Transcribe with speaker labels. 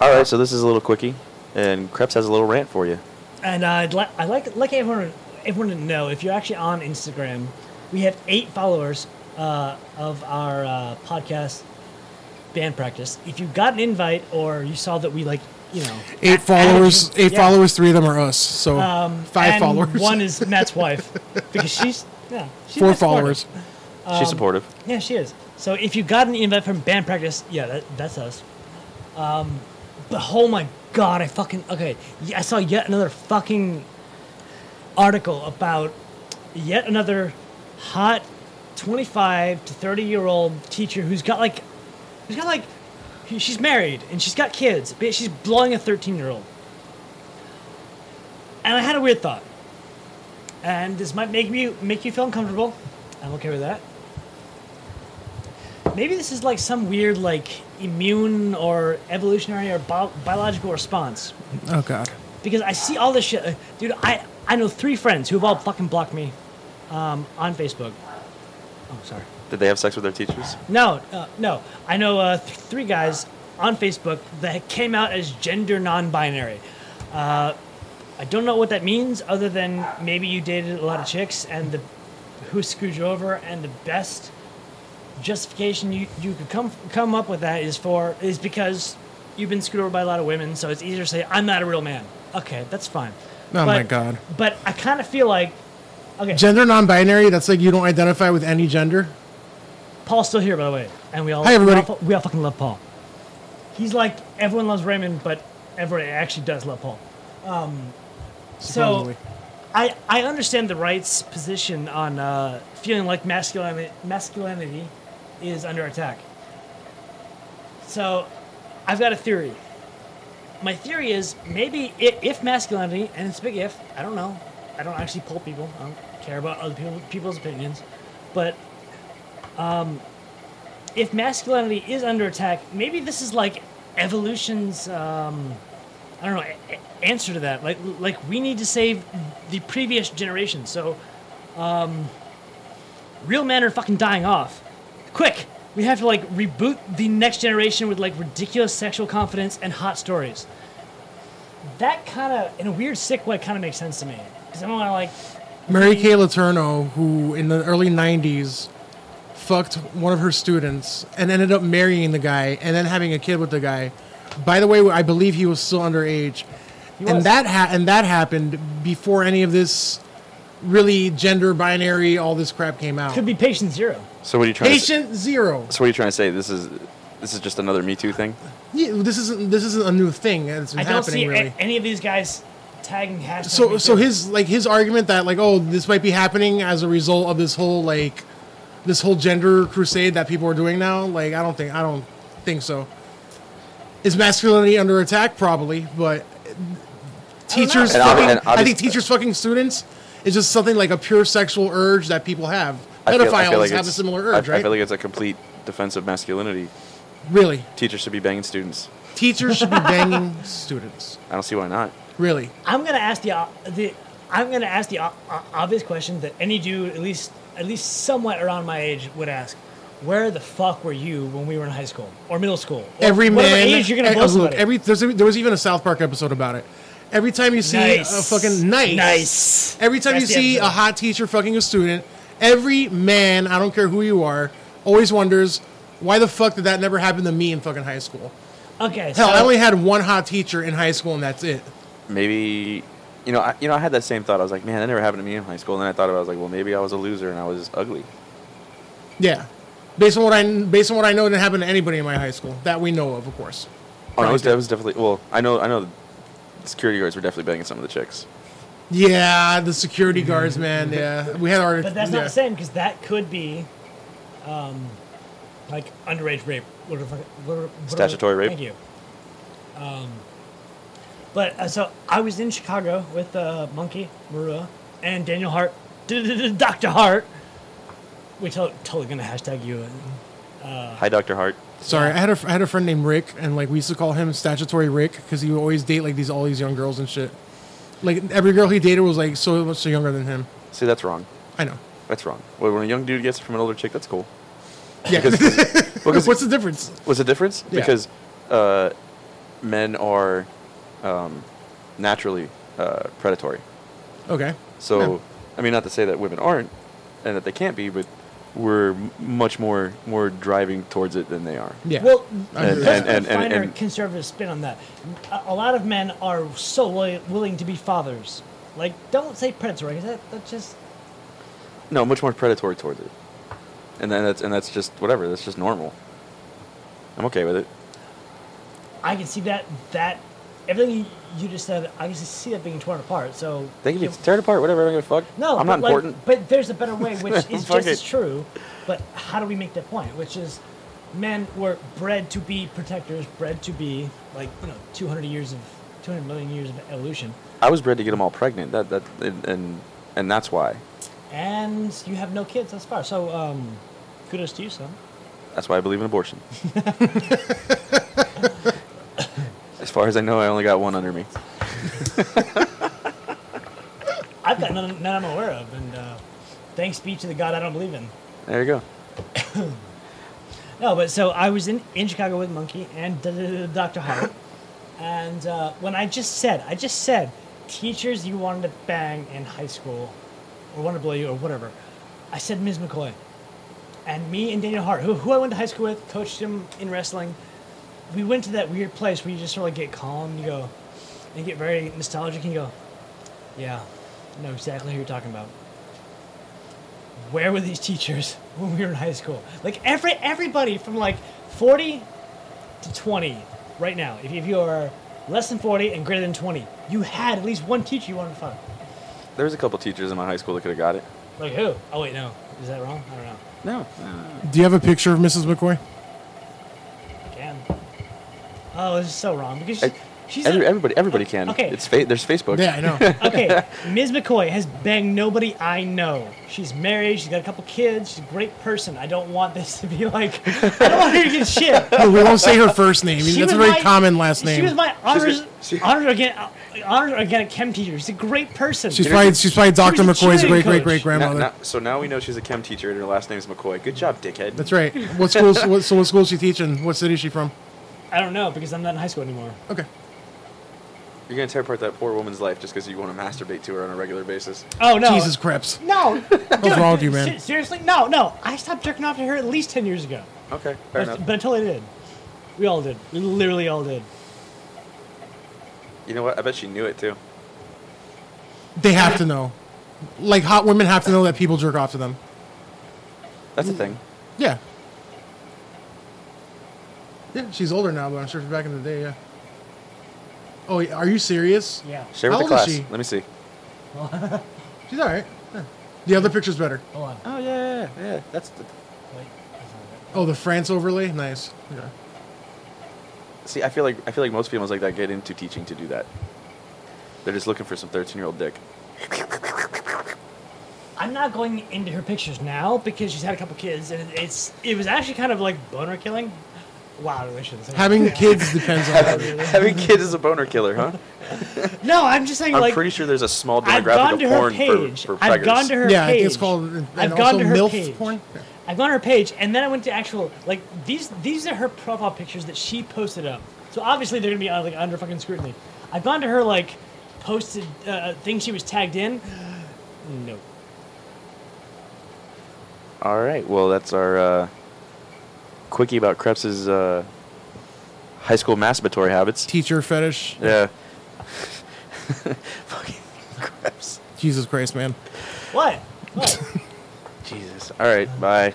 Speaker 1: All right, so this is a little quickie, and Krebs has a little rant for you.
Speaker 2: And I'd li- I like like everyone everyone to know if you're actually on Instagram, we have eight followers uh, of our uh, podcast band practice. If you got an invite or you saw that we like you know
Speaker 3: Eight followers.
Speaker 2: added you-
Speaker 3: Eight
Speaker 2: yeah.
Speaker 3: followers. Three of them are us. So
Speaker 2: um,
Speaker 3: five
Speaker 2: and
Speaker 3: followers.
Speaker 2: One is Matt's wife because she's yeah she's
Speaker 3: four
Speaker 2: Matt's partner.
Speaker 3: followers. Um,
Speaker 1: She's supportive.
Speaker 2: Yeah, she is. So if you got an invite from band practice, yeah, that, that's us. Um, but oh my god, I fucking okay. y- I saw yet another fucking article about yet another hot twenty-five to thirty-year-old teacher who's got like, who's got like, she- she's married and she's got kids, but she's blowing a thirteen-year-old. And I had a weird thought. And this might make me make you feel uncomfortable. I'm okay with that. Maybe this is like some weird, like immune or evolutionary or bio- biological response.
Speaker 3: Oh god.
Speaker 2: Because I see all this shit, Uh, dude. I I know three friends who've all fucking blocked me, um, on Facebook. Oh, sorry.
Speaker 1: Did they have sex with their teachers?
Speaker 2: No, uh, no. I know uh, th- three guys on Facebook that came out as gender non-binary. Uh, I don't know what that means, other than maybe you dated a lot of chicks and the who screwed you over, and the best justification you, you could come come up with that is for is because you've been screwed over by a lot of women, so it's easier to say I'm not a real man. Okay, that's fine.
Speaker 3: Oh my God.
Speaker 2: But I kind of feel like okay,
Speaker 3: Gender non-binary. That's like you don't identify with any gender.
Speaker 2: Paul's still here, by the way, and we all
Speaker 3: Hi,
Speaker 2: We
Speaker 3: everybody.
Speaker 2: all, fu- we all fucking love Paul. He's like everyone loves Raymond, but everyone actually does love Paul. Um, so
Speaker 3: supposedly.
Speaker 2: I I understand the right's position on uh, feeling like masculinity masculinity is under attack. So I've got a theory. My theory is maybe i if masculinity, and it's a big if, I don't know. I don't actually poll people. I don't care about other people, people's opinions. But um, if masculinity is under attack, maybe this is like evolution's, um, I don't know, a- a- answer to that. Like, like we need to save the previous generation. So um, real men are fucking dying off. Quick! We have to like reboot the next generation with like ridiculous sexual confidence and hot stories that kind of, in a weird, sick way, kind of makes sense to me. Because I don't want to like,
Speaker 3: Mary Kay Letourneau, who in the early '90s fucked one of her students and ended up marrying the guy and then having a kid with the guy. By the way, I believe he was still underage,
Speaker 2: was.
Speaker 3: and that ha- and that happened before any of this really gender binary all this crap came out.
Speaker 2: could be patient zero.
Speaker 1: So what are you trying? To,
Speaker 3: Patient zero.
Speaker 1: so what are you trying to say? This is this is just another Me Too thing.
Speaker 3: Yeah, this isn't this isn't a new thing. It's been
Speaker 2: I don't see
Speaker 3: happening
Speaker 2: a-
Speaker 3: really.
Speaker 2: any of these guys tagging hashtag.
Speaker 3: so
Speaker 2: me
Speaker 3: so
Speaker 2: too.
Speaker 3: his like his argument that like oh this might be happening as a result of this whole like this whole gender crusade that people are doing now like I don't think I don't think so. Is masculinity under attack? Probably, but teachers.
Speaker 1: And ob-
Speaker 3: fucking,
Speaker 1: and
Speaker 3: I think
Speaker 1: obvious-
Speaker 3: teachers fucking students is just something like a pure sexual urge that people have.
Speaker 1: I
Speaker 3: Pedophiles
Speaker 1: feel- I feel like
Speaker 3: have a
Speaker 1: it's-
Speaker 3: similar
Speaker 1: I,
Speaker 3: urge,
Speaker 1: I
Speaker 3: right?
Speaker 1: feel like it's a complete defense of masculinity.
Speaker 3: really,
Speaker 1: Teachers should be banging students.
Speaker 3: teachers should be banging students.
Speaker 1: I don't see why not.
Speaker 3: Really,
Speaker 2: I'm gonna ask the o- the I'm gonna ask the o- o- obvious question that any dude, at least at least somewhat around my age, would ask. Where the fuck were you when we were in high school or middle school? Or
Speaker 3: every
Speaker 2: whatever
Speaker 3: man
Speaker 2: age you're gonna
Speaker 3: eh,
Speaker 2: blow
Speaker 3: look,
Speaker 2: somebody.
Speaker 3: every there's, a- there was even a South Park episode about it. Every time you see a
Speaker 2: Nice.
Speaker 3: fucking nice,
Speaker 2: Nice.
Speaker 3: Every time
Speaker 2: That's
Speaker 3: you
Speaker 2: the
Speaker 3: see
Speaker 2: episode.
Speaker 3: a hot teacher fucking a student, every man, I don't care who you are, always wonders why the fuck did that never happen to me in fucking high school.
Speaker 2: okay, so
Speaker 3: Hell, I only had one hot teacher in high school, and that's it.
Speaker 1: Maybe you know I, you know I had that same thought. I was like, man, that never happened to me in high school. And then I thought about it, I was like, well, maybe I was a loser and I was ugly.
Speaker 3: Yeah, based on what I based on what I know, it didn't happen to anybody in my high school that we know of, of course.
Speaker 1: Oh, no, it was,
Speaker 3: Probably.
Speaker 1: it was definitely well. I know I know the security guards were definitely banging some of the chicks.
Speaker 3: Yeah, the security guards, man. Yeah, we had our.
Speaker 2: But that's
Speaker 3: yeah.
Speaker 2: not the same because that could be, um, like underage rape. What, if- what, what,
Speaker 1: Statutory rape.
Speaker 2: Thank you. Um, but uh, so I was in Chicago with uh, Monkey Marua and Daniel Hart, Doctor Hart. We to- totally gonna hashtag you.
Speaker 3: Uh.
Speaker 1: Hi, Doctor Hart.
Speaker 3: Sorry, I had a I had a friend named Rick, and like we used to call him statutory Rick because he would always date like these all these young girls and shit. Like every girl he dated was like so much so younger than him.
Speaker 1: See, that's wrong.
Speaker 3: I know.
Speaker 1: That's wrong. Well, when a young dude gets it from an older chick, that's cool.
Speaker 3: Yeah.
Speaker 1: Because, because
Speaker 3: What's the difference?
Speaker 1: what's the difference?
Speaker 3: Yeah.
Speaker 1: Because uh, men are um, naturally uh, predatory.
Speaker 3: Okay.
Speaker 1: So,
Speaker 3: Yeah.
Speaker 1: I mean, not to say that women aren't and that they can't be, but we're m- much more more driving towards it than they are.
Speaker 3: Yeah.
Speaker 2: Well,
Speaker 3: I
Speaker 2: and,
Speaker 3: agree.
Speaker 1: And- and- and-
Speaker 2: finer
Speaker 1: and-
Speaker 2: conservative spin on that. A, a lot of men are so willi- willing to be fathers. Like, don't say predatory. 'cause That that's just
Speaker 1: No, much more predatory towards it. And then that's and that's just whatever. That's just normal. I'm okay with it.
Speaker 2: I can see that that everything you, you just said. I can see that being torn apart. So
Speaker 1: They can be
Speaker 2: you-
Speaker 1: tear it apart, whatever. I don't give a fuck.
Speaker 2: no,
Speaker 1: I'm not
Speaker 2: but like-
Speaker 1: important.
Speaker 2: But there's a better way, which is
Speaker 1: Fuck
Speaker 2: just as
Speaker 1: it.
Speaker 2: true. But how do we make that point? Which is, men were bred to be protectors, bred to be like you know 200 years of 200 million years of evolution,
Speaker 1: I was bred to get them all pregnant. That that and and, and that's why.
Speaker 2: and you have no kids thus far. So um, kudos to you, son.
Speaker 1: That's why I believe in abortion. as far as I know, I only got one under me.
Speaker 2: I've got none, none I'm aware of, and uh, thanks be to the God I don't believe in.
Speaker 1: There you go.
Speaker 2: No, but so I was in, in Chicago with Monkey and d- d- d- Dr. Hart. and uh, when I just said, I just said, teachers you wanted to bang in high school or wanted to blow you or whatever, I said Ms. McCoy. And me and Daniel Hart, who, who I went to high school with, coached him in wrestling, we went to that weird place where you just sort of get calm and you go, and you get very nostalgic and you go, yeah, I know exactly who you're talking about where were these teachers when we were in high school? Like every everybody from like 40 to 20 right now. If, if you are less than 40 and greater than 20, you had at least one teacher you wanted to fuck.
Speaker 1: There was a couple teachers in my high school that could have got it.
Speaker 2: Like who? Oh wait, no. Is that wrong? I don't know.
Speaker 1: No.
Speaker 3: Do you have a picture of Mrs. McCoy?
Speaker 2: Damn. Oh, this is so wrong because she,
Speaker 1: Ev-
Speaker 2: she's
Speaker 1: Every,
Speaker 2: a-
Speaker 1: everybody, everybody can.
Speaker 2: Okay.
Speaker 1: It's fa- there's Facebook.
Speaker 3: Yeah, I know.
Speaker 2: okay. Ms. McCoy has banged nobody I know. She's married. She's got a couple kids. She's a great person. I don't want this to be like I don't want her to get shit.
Speaker 3: we won't say her first name.
Speaker 2: She
Speaker 3: That's a
Speaker 2: was
Speaker 3: very
Speaker 2: my-
Speaker 3: common last
Speaker 2: She
Speaker 3: name.
Speaker 2: was my honors,
Speaker 1: she-
Speaker 2: honors, organic, honors organic chem teacher. She's a great person.
Speaker 3: she's probably she's probably Dr.
Speaker 2: was a
Speaker 3: McCoy's
Speaker 2: cheerleading
Speaker 3: great great
Speaker 2: coach.
Speaker 3: great
Speaker 1: Now,
Speaker 3: grandmother.
Speaker 1: now, so now we know she's a chem teacher and her last name's McCoy. Good job, dickhead.
Speaker 3: That's right. What school? what, so what school is she teaching? What city is she from?
Speaker 2: I don't know because I'm not in high school anymore.
Speaker 3: Okay.
Speaker 1: You're gonna tear apart that poor woman's life just because you want to masturbate to her on a regular basis.
Speaker 2: Oh no,
Speaker 3: Jesus Crips.
Speaker 2: no.
Speaker 3: What's wrong with you, man?
Speaker 2: seriously, no, no. I stopped jerking off to her at least ten years ago,
Speaker 1: Okay, fair
Speaker 2: but,
Speaker 1: enough.
Speaker 2: but I totally did. We all did. We literally all did.
Speaker 1: You know what? I bet she knew it too.
Speaker 3: They have to know. Like hot women have to know that people jerk off to them.
Speaker 1: That's a thing.
Speaker 3: Yeah. Yeah, she's older now, but I'm sure she's back in the day. Yeah. Oh, yeah, are you serious?
Speaker 2: Yeah.
Speaker 1: Share with
Speaker 3: How
Speaker 1: the
Speaker 3: old is
Speaker 1: class.
Speaker 3: she?
Speaker 1: Let me see.
Speaker 3: She's all right. Yeah. The other picture's better.
Speaker 2: Hold on.
Speaker 1: Oh yeah, yeah, yeah. That's the,
Speaker 2: Wait.
Speaker 3: Oh, the France overlay, nice. Yeah.
Speaker 1: see. I feel like I feel like most females like that get into teaching to do that. They're just looking for some 13 year old dick.
Speaker 2: I'm not going into her pictures now because she's had a couple kids, and it's it was actually kind of like boner killing. Wow, I shouldn't say that.
Speaker 3: Having kids depends on. Her.
Speaker 1: Having kids is a boner killer, huh?
Speaker 2: No, I'm just saying
Speaker 1: I'm
Speaker 2: like
Speaker 1: pretty sure there's a small
Speaker 2: I've
Speaker 1: demographic
Speaker 2: gone
Speaker 1: of
Speaker 2: to her
Speaker 1: porn
Speaker 2: page.
Speaker 1: for, for
Speaker 2: I've
Speaker 1: preggers.
Speaker 2: gone to her
Speaker 3: Yeah, I
Speaker 2: page.
Speaker 3: think it's called. And
Speaker 2: I've
Speaker 3: also
Speaker 2: gone to her
Speaker 3: milf
Speaker 2: page.
Speaker 3: porn. Yeah.
Speaker 2: I've gone to her page, and then I went to actual like these. These are her profile pictures that she posted up. So obviously they're gonna be uh, like under fucking scrutiny. I've gone to her like posted uh, thing she was tagged in. No,
Speaker 1: All right. Well, that's our uh, quickie about Krebs's uh, high school masturbatory habits.
Speaker 3: Teacher fetish.
Speaker 1: Yeah. Fucking Krebs.
Speaker 3: Jesus Christ, man.
Speaker 2: what? What?
Speaker 1: Jesus. All right. Bye.